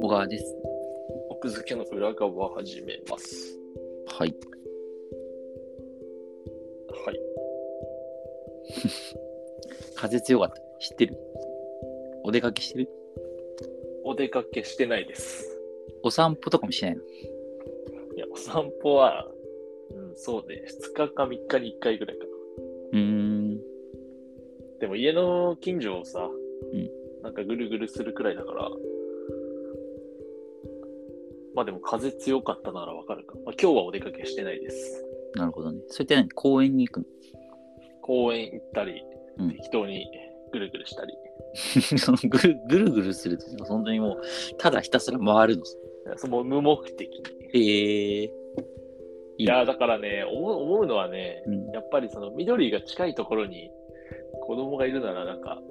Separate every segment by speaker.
Speaker 1: 小川です。
Speaker 2: 奥付けの裏側始めます。
Speaker 1: はい。
Speaker 2: はい。
Speaker 1: 風強かった。知ってるお出かけしてる
Speaker 2: お出かけしてないです。
Speaker 1: お散歩とかもしないの
Speaker 2: いや、お散歩は、うん、そうね、2日か3日に1回ぐらいか
Speaker 1: うーん。
Speaker 2: な。でも家の近所をさ、
Speaker 1: うん
Speaker 2: なんかぐるぐるするくらいだから、まあでも風強かったならわかるか。まあ今日はお出かけしてないです。
Speaker 1: なるほどね。それって何公園に行く
Speaker 2: 公園行ったり、
Speaker 1: うん
Speaker 2: 適当にぐるぐるしたり。い
Speaker 1: のその ぐるぐるぐるするって本当にもう、ただひたすら回るの。
Speaker 2: やその無目的に。
Speaker 1: へえー。い
Speaker 2: いや、だからね、思う思うのはね、
Speaker 1: うん、
Speaker 2: やっぱりその緑が近いところに子供がいるならなんか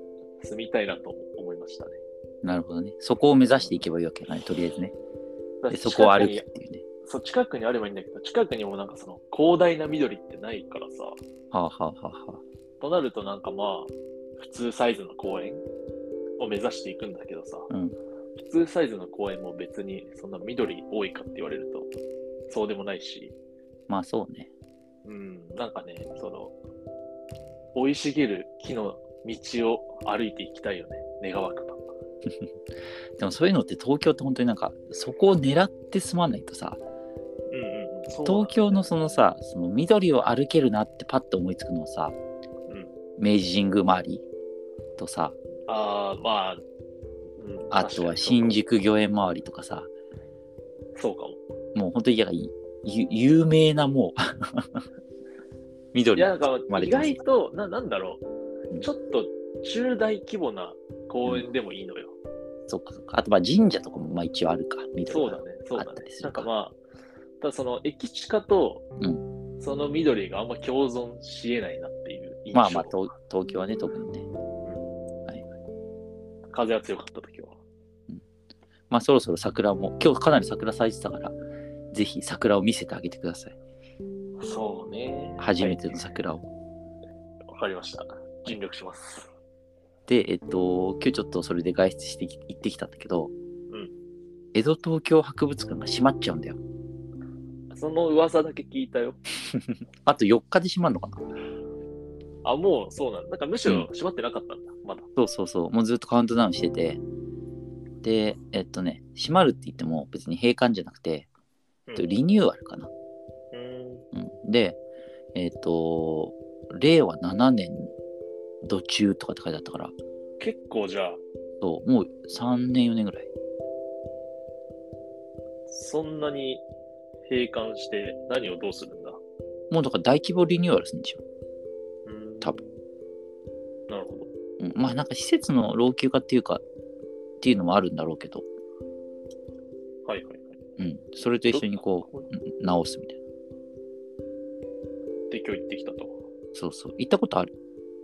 Speaker 2: 住みたいなと思いましたね。
Speaker 1: なるほどね。そこを目指していけばいいわけだね、とりあえずね。
Speaker 2: だか
Speaker 1: で、
Speaker 2: ら
Speaker 1: そこを歩くっ
Speaker 2: 近く
Speaker 1: ていうね。
Speaker 2: にそう近くにあればいいんだけど、近くにもなんかその広大な緑ってないからさ、
Speaker 1: はあ、はあはあはあ、
Speaker 2: となるとなんかまあ、普通サイズの公園を目指していくんだけどさ、
Speaker 1: うん
Speaker 2: 普通サイズの公園も別にそんな緑多いかって言われると、そうでもないし、
Speaker 1: まあそうね。
Speaker 2: うん、なんかね、その、生い茂る木の道を歩いていきたいよね、願わくば。
Speaker 1: でもそういうのって東京って本当になんか、そこを狙って住まないとさ、
Speaker 2: うんうんうん、そうなんだよ
Speaker 1: 東京のそのさその緑を歩けるなってパッと思いつくのはさ、
Speaker 2: うん
Speaker 1: 明治神宮周りとさ
Speaker 2: ああ、まあ、うん、
Speaker 1: あとは新宿御苑周りとかさ
Speaker 2: そうかも。
Speaker 1: もう本当にだからゆ有名なもう
Speaker 2: い
Speaker 1: 緑
Speaker 2: や、なんか
Speaker 1: 生まれ
Speaker 2: 意
Speaker 1: てます
Speaker 2: 外と、ななんだろ
Speaker 1: う
Speaker 2: う、
Speaker 1: ん
Speaker 2: ちょっと中大規模な公園でもいいのよ。
Speaker 1: そっかそっかあとまあ神社とかもまあ一応あるか緑が
Speaker 2: そうだね、そう
Speaker 1: あ
Speaker 2: だ
Speaker 1: った
Speaker 2: ね
Speaker 1: り。す
Speaker 2: な
Speaker 1: る
Speaker 2: ん
Speaker 1: か
Speaker 2: かまあ、ただその駅地下と、
Speaker 1: う
Speaker 2: その緑があんま共存しえないなっていう印象。
Speaker 1: まあまあ東東京はね特にねはい
Speaker 2: 風が強かった時は。
Speaker 1: まあそろそろ桜も今日かなり桜咲いてたからぜひ桜を見せてあげてください
Speaker 2: そうね。
Speaker 1: 初めての
Speaker 2: はい
Speaker 1: 桜を、
Speaker 2: わ、かりました。尽力します。
Speaker 1: で、えっと、今日ちょっとそれで外出してき行ってきたんだけど、
Speaker 2: うん
Speaker 1: 江戸東京博物館が閉まっちゃうんだよ。
Speaker 2: その噂だけ聞いたよ。
Speaker 1: あと4日で閉まるのかな
Speaker 2: あ、もうそうなんだ。なんかむしろ閉まってなかったんだ、まだ。
Speaker 1: そうそうそう、もうずっとカウントダウンしてて、で、えっとね、閉まるって言っても別に閉館じゃなくて、えっと
Speaker 2: うん
Speaker 1: リニューアルかな。
Speaker 2: うん
Speaker 1: うん、で、えっと、令和7年途中とかって書いてあったから、
Speaker 2: 結構じゃあ、
Speaker 1: そうもう3年、4年ぐらい。
Speaker 2: そんなに閉館して何をどうするんだ
Speaker 1: もうだから大規模リニューアルするんでしょ。多分。
Speaker 2: なるほど。
Speaker 1: うん、まあなんか施設の老朽化っていうか、っていうのもあるんだろうけど、
Speaker 2: はいはいはい。
Speaker 1: うん、それと一緒にこ
Speaker 2: う。
Speaker 1: ううん直すみたいな。
Speaker 2: で、今日行ってきたと。
Speaker 1: そうそう。行ったことある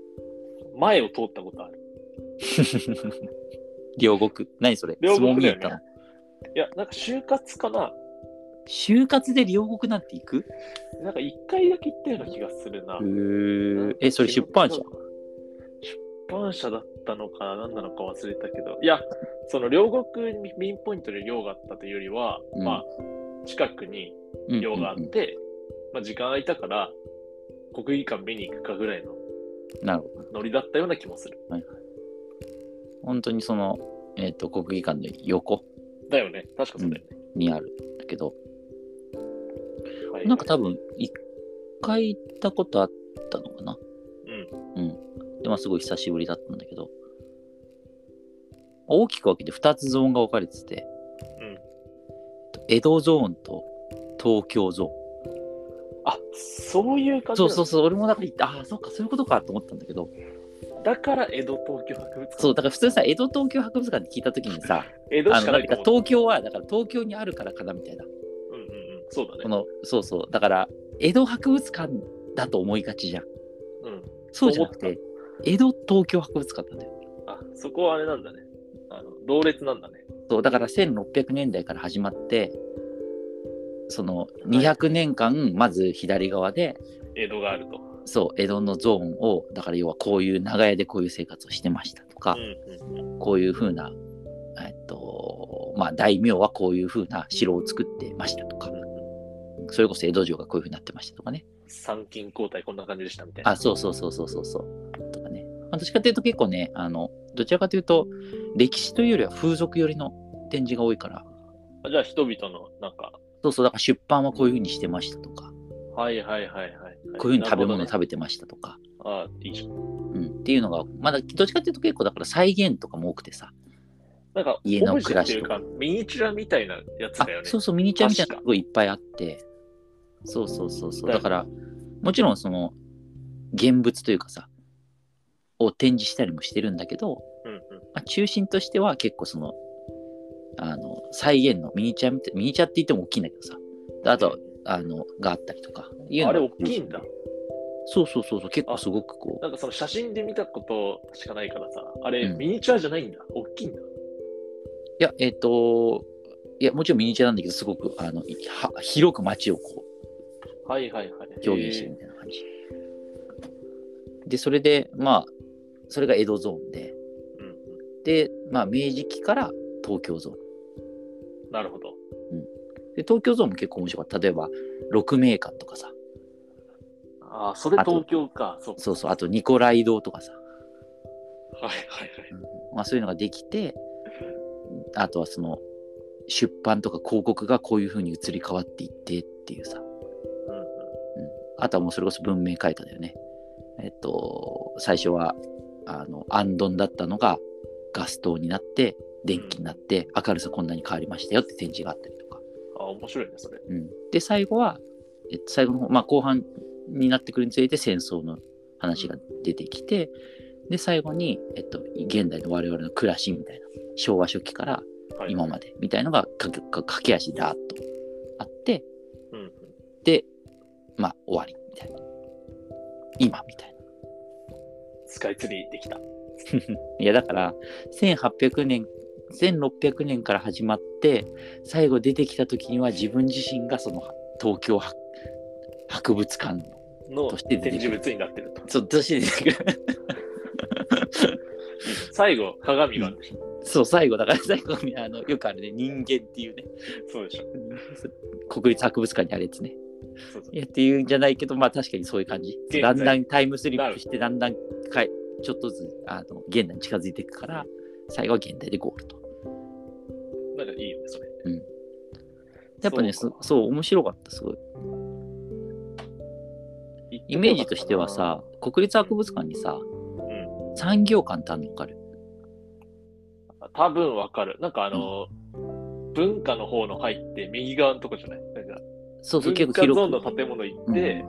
Speaker 2: 前を通ったことある。
Speaker 1: 両国。何それ
Speaker 2: 両国
Speaker 1: 相撲見
Speaker 2: だ
Speaker 1: に
Speaker 2: よ
Speaker 1: 行
Speaker 2: ね
Speaker 1: ったの
Speaker 2: いや、なんか就活かな
Speaker 1: 就活で両国なんて行く
Speaker 2: なんか一回だけ行ったような気がするな。なんか
Speaker 1: え、それ出版社
Speaker 2: 出版社だったのか何なのか忘れたけど。いや、その両国にメインポイントで寮があったというよりは、
Speaker 1: うん
Speaker 2: まあ、近くに
Speaker 1: うん
Speaker 2: 寮があっ
Speaker 1: うんうん
Speaker 2: て、まあ時間空いたから、国技館見に行くかぐらいの
Speaker 1: なるほど。
Speaker 2: ノリだったような気もする。
Speaker 1: 本当にその、えっ、と、国技館の横
Speaker 2: だよね。確かそうだよね。
Speaker 1: にあるんだけど、
Speaker 2: はい
Speaker 1: なんか多分、一回行ったことあったのかな
Speaker 2: うん。
Speaker 1: で、まあすごい久しぶりだったんだけど、大きく分けて2つゾーンが分かれてて、
Speaker 2: うん
Speaker 1: 江戸ゾーンと東京ゾーン。
Speaker 2: あ、そういう感じ
Speaker 1: そ
Speaker 2: な
Speaker 1: う
Speaker 2: の
Speaker 1: そうそう、俺もなんか言って、ああ、そっか、そういうことかと思ったんだけど、
Speaker 2: だから江戸東京博物館。
Speaker 1: そう、だから普通さ、江戸東京博物館って聞いたときにさ、
Speaker 2: 江戸
Speaker 1: あの
Speaker 2: しか
Speaker 1: な
Speaker 2: なんい
Speaker 1: か
Speaker 2: と思う。
Speaker 1: 東京は、だから東京にあるからかなみたいな、
Speaker 2: うんうんうん。そうだ
Speaker 1: こ
Speaker 2: ね。
Speaker 1: の、そうそう、だから、江戸博物館だと思いがちじゃん。
Speaker 2: うん。
Speaker 1: そうじゃなく
Speaker 2: そう
Speaker 1: て、江戸東京博物館なんだよ。
Speaker 2: あ、そこはあれなんだね。あの同列なんだね。
Speaker 1: そう、だから1600年代から始まって、その200年間、まず左側で、
Speaker 2: 江戸があると。
Speaker 1: そう江戸のゾーンをだから要はこういう長屋でこういう生活をしてましたとか、
Speaker 2: うんうん
Speaker 1: こういう風な、えっと、まあ、大名はこういう風な城を作ってましたとか、
Speaker 2: うん
Speaker 1: それこそ江戸城がこういう風になってましたとかね。
Speaker 2: 参勤交代こんな感じでしたみたいな。
Speaker 1: あ、そうそうそうそうそうそう。とかね。まあ、どっちかというと結構ね、あの、どちらかというと、歴史というよりは風俗寄りの展示が多いから、
Speaker 2: あじゃあ人々のなんか、
Speaker 1: そうそう、だから出版はこういう風にしてましたとか、
Speaker 2: はいはいはいはい。
Speaker 1: こういう風に食べ物を
Speaker 2: なる
Speaker 1: 食べてましたとか、
Speaker 2: ほどねあいいじゃん。
Speaker 1: うん、っていうのが、まだどっちかというと結構だから再現とかも多くてさ、
Speaker 2: なんか、
Speaker 1: 家の
Speaker 2: オブジェってい
Speaker 1: 暮らし
Speaker 2: う
Speaker 1: と
Speaker 2: か、ミニチュアみたいなやつ
Speaker 1: あ
Speaker 2: だよね。
Speaker 1: そうそうミニチュアみたいなのがすごいいっぱいあってそうそうそうそうだからもちろんその現物というかさを展示したりもしてるんだけど、
Speaker 2: うんうん
Speaker 1: まあ、中心としては結構そのあの再現のミニチュアみたいミニチュアって言っても大きいんだけどさであとあのがあったりとかいうの
Speaker 2: あ
Speaker 1: が
Speaker 2: れ大きいんだ。
Speaker 1: そうそうそうそう結構すごくこう
Speaker 2: なんかその写真で見たことしかないからさ、あれ、
Speaker 1: うん
Speaker 2: ミニチュアじゃないんだ。大きいんだ。
Speaker 1: いやえっ、といやもちろんミニチュアなんだけどすごくあのいは広く街をこう
Speaker 2: はいはいはい。
Speaker 1: 表現してるみたいな感じ。で、それで、まあ、それが江戸ゾーンで、
Speaker 2: へーうんう
Speaker 1: で、まあ、明治期から東京ゾーン。
Speaker 2: んなるほど。
Speaker 1: で、東京ゾーンも結構面白かった。例えば、鹿鳴館とかさ、
Speaker 2: ああ、それ
Speaker 1: あと
Speaker 2: 東京か。そう
Speaker 1: そうそう、あとニコライ堂とかさ、
Speaker 2: はいはいはい。
Speaker 1: まあ、そういうのができて、あとはその、出版とか広告がこういう風に移り変わっていってっていうさ、
Speaker 2: うんうん
Speaker 1: あとはもうそれこそ文明開化だよね。えっと、最初は、あの、アンドンだったのがガス灯になって、電気になって、明るさこんなに変わりましたよって展示があったりとか。
Speaker 2: あ面白いね、それ。
Speaker 1: うん、で、最後は、えっと、最後の方、まあ、後半になってくるにつれて戦争の話が出てきて、で、最後に、えっと、現代の我々の暮らしみたいな、昭和初期から
Speaker 2: はい、
Speaker 1: 今までみたいのがかけか駆け足だーっとあって、
Speaker 2: うんうん。
Speaker 1: で、まあ、終わりみたいな。今みたいな。
Speaker 2: スカイツリーできた。
Speaker 1: いや、だから、1800年、1600年から始まって、最後出てきた時には自分自身がその東京博博物館の、
Speaker 2: の
Speaker 1: として出てく
Speaker 2: 展
Speaker 1: る
Speaker 2: 示物になってると。
Speaker 1: そう、どうして出てくる
Speaker 2: 最後、鏡があるでしょ。
Speaker 1: そう、最後、だから最後に、あの、よくあるね、人間っていうね、
Speaker 2: そうでしょ。
Speaker 1: 国立博物館にあるやつね。
Speaker 2: そうそう
Speaker 1: いや、っていうんじゃないけど、まあ確かにそういう感じ。
Speaker 2: 在
Speaker 1: だんだんタイムスリップして、だんだんかいちょっとずつ、あの、現代に近づいていくから、最後は現代でゴールと。
Speaker 2: なんかいいよね、それ。
Speaker 1: やっぱね、
Speaker 2: そう
Speaker 1: そ
Speaker 2: か
Speaker 1: そう、面白かった、すごい。イメージとしてはさ、国立博物館にさ、
Speaker 2: う
Speaker 1: 産業館ってあるの分かる
Speaker 2: 多分わかる。なんかあの、文化の方の入って右側のとこじゃないなんか
Speaker 1: そうそう、
Speaker 2: 文
Speaker 1: 結
Speaker 2: 化
Speaker 1: 構
Speaker 2: ゾー
Speaker 1: 広
Speaker 2: ン
Speaker 1: く。
Speaker 2: の建物行って、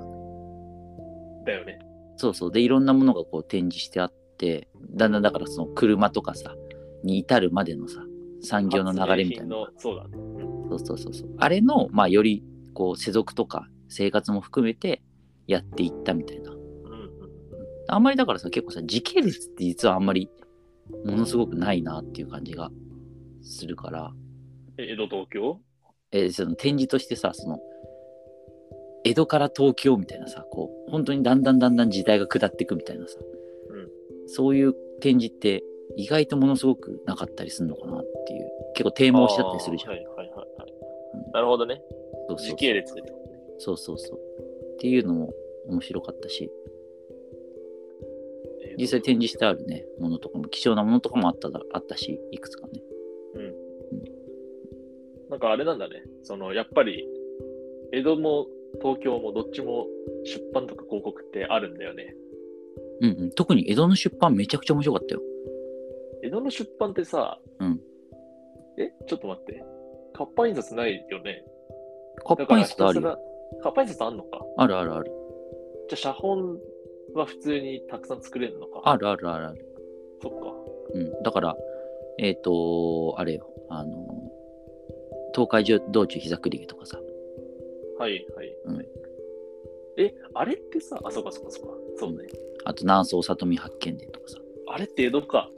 Speaker 2: だよね。
Speaker 1: そうそう。で、いろんなものがこう展示してあって、だんだんだからその車とかさ、に至るまでのさ、産業の流れみたいな。
Speaker 2: 発明品のそうだね。
Speaker 1: そうそうそうそう。あれの、まあ、より、こう、世俗とか生活も含めてやっていったみたいな。
Speaker 2: うんうん
Speaker 1: あんまりだからさ、結構さ、時系列って実はあんまり、ものすごくないなっていう感じがするから、
Speaker 2: え江戸東京
Speaker 1: えーその展示としてさその江戸から東京みたいなさこう本当にだんだんだんだん時代が下っていくみたいなさ、
Speaker 2: うん
Speaker 1: そういう展示って意外とものすごくなかったりするのかなっていう結構テーマをしちゃったりするじゃん
Speaker 2: あーはいはいはいはい
Speaker 1: うん
Speaker 2: なるほどね。
Speaker 1: そうそ
Speaker 2: 時
Speaker 1: う
Speaker 2: 系列で。
Speaker 1: そうそうそうっていうのも面白かったし実際展示してあるねものとかも貴重なものとかもあっただあったしいくつかね
Speaker 2: なんかあれなんだね。その、やっぱり、江戸も東京もどっちも出版とか広告ってあるんだよね。
Speaker 1: うんうん特に江戸の出版めちゃくちゃ面白かったよ
Speaker 2: 江戸の出版ってさ、
Speaker 1: うん
Speaker 2: え、ちょっと待って。活版印刷ないよね。
Speaker 1: 活版印刷ある
Speaker 2: だから
Speaker 1: よ
Speaker 2: ひたすら活版印刷あんのか。
Speaker 1: あるあるある
Speaker 2: じゃあ、写本は普通にたくさん作れるのか。
Speaker 1: あるあるあるある
Speaker 2: そっか。
Speaker 1: うん、だから、えっ、と、あれよ、あの、東海道道中膝栗毛とかさ、
Speaker 2: はいはい。
Speaker 1: うん
Speaker 2: え、あれってさ、あ、そうかそうかそうか。そうね。
Speaker 1: あと南宋里見八犬伝とかさ、
Speaker 2: あれって江戸か。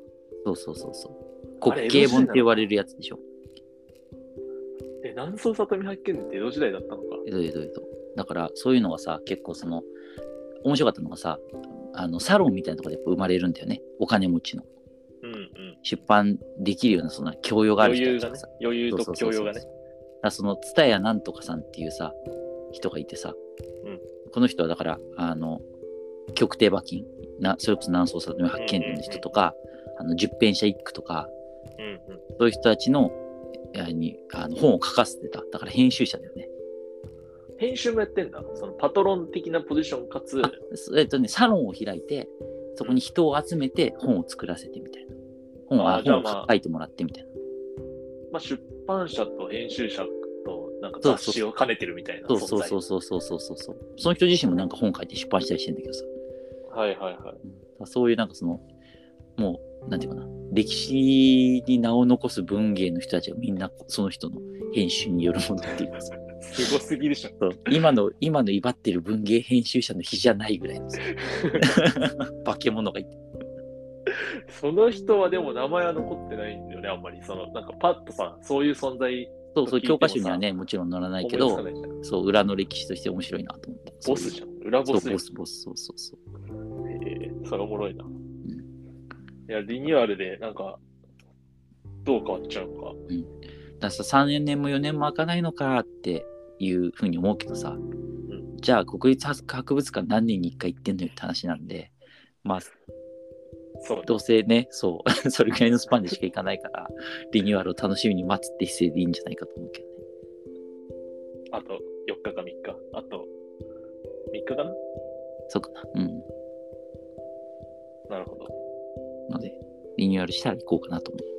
Speaker 1: そうそうそうそう。
Speaker 2: あれ
Speaker 1: 滑稽本って言われるやつでしょ。
Speaker 2: え、南宋里見発見って江戸時代だったのか。
Speaker 1: 江戸江戸江戸。だから、そういうのがさ、結構その、面白かったのがさあのサロンみたいなところでやっぱ生まれるんだよねお金持ちの
Speaker 2: うんうん。
Speaker 1: 出版できるようなそんな教養がある
Speaker 2: 余
Speaker 1: 人
Speaker 2: 裕
Speaker 1: た
Speaker 2: が
Speaker 1: ち
Speaker 2: ね
Speaker 1: がさ、
Speaker 2: 余裕
Speaker 1: そ
Speaker 2: と
Speaker 1: うそう
Speaker 2: 教
Speaker 1: そう
Speaker 2: 養
Speaker 1: そう
Speaker 2: がね。
Speaker 1: だからその蔦屋なんとかさんっていうさ人がいてさ、
Speaker 2: うん
Speaker 1: この人はだからあの極低馬金なそれこそ南宋さんの発見伝の人とか、あの十返者一句とか
Speaker 2: うん
Speaker 1: そういう人たちのえーにあの本を書かせてただから編集者だよね
Speaker 2: うん。編集もやってんだ。そのパトロン的なポジションかつ、
Speaker 1: あそえっとねサロンを開いてそこに人を集めて本を作らせてみたいな本は
Speaker 2: あーじゃあ
Speaker 1: 本
Speaker 2: まあ
Speaker 1: を書いてもらってみたいな、
Speaker 2: まあ、出版社と編集者となんか
Speaker 1: そう
Speaker 2: 雑
Speaker 1: そう
Speaker 2: 誌を兼ねてるみたいな
Speaker 1: そ
Speaker 2: 存
Speaker 1: う
Speaker 2: 在。
Speaker 1: そうそうそうそうそうそうそうその人自身もなんか本書いて出版したりしてんだけどさ
Speaker 2: はいはいはい。
Speaker 1: うんだからそういうなんかそのもうなんていうかな歴史に名を残す文芸の人たちがみんなその人の編集によるものっていうかさ
Speaker 2: すごすぎでしょ。
Speaker 1: そう今 の今の威張ってる文芸編集者の比じゃないぐらいのさ化け物がいて
Speaker 2: その人はでも名前は残ってないんだよね、あんまり。そのなんかパッとさ、そういう存在
Speaker 1: そうそう
Speaker 2: 聞いて
Speaker 1: 教
Speaker 2: もさ
Speaker 1: 科書にはねもちろん載らない
Speaker 2: 思い
Speaker 1: け
Speaker 2: つか
Speaker 1: ど
Speaker 2: ないじゃん。
Speaker 1: そう裏の歴史として面白いなと思った
Speaker 2: ボスじゃん。裏
Speaker 1: そ
Speaker 2: ボ
Speaker 1: う
Speaker 2: ス
Speaker 1: ボスボスそうそうそう
Speaker 2: えーそれおもろいな。いや、リニューアルで、なんか、どう変わっちゃうの
Speaker 1: だ
Speaker 2: か。
Speaker 1: からさ3年も4年も開かないのかっていうふうに思うけどさ、
Speaker 2: ん
Speaker 1: じゃあ国立博物館何年に1回行ってんのよって話なんでまあ
Speaker 2: そう
Speaker 1: どうせねそう それぐらいのスパンでしか行かないからリニューアルを楽しみに待つって姿勢でいいんじゃないかと思うけどね
Speaker 2: あと4日か3日。あと3日かな
Speaker 1: そうかなうん
Speaker 2: なるほど。
Speaker 1: のでリニューアルしたら行こうかなと思う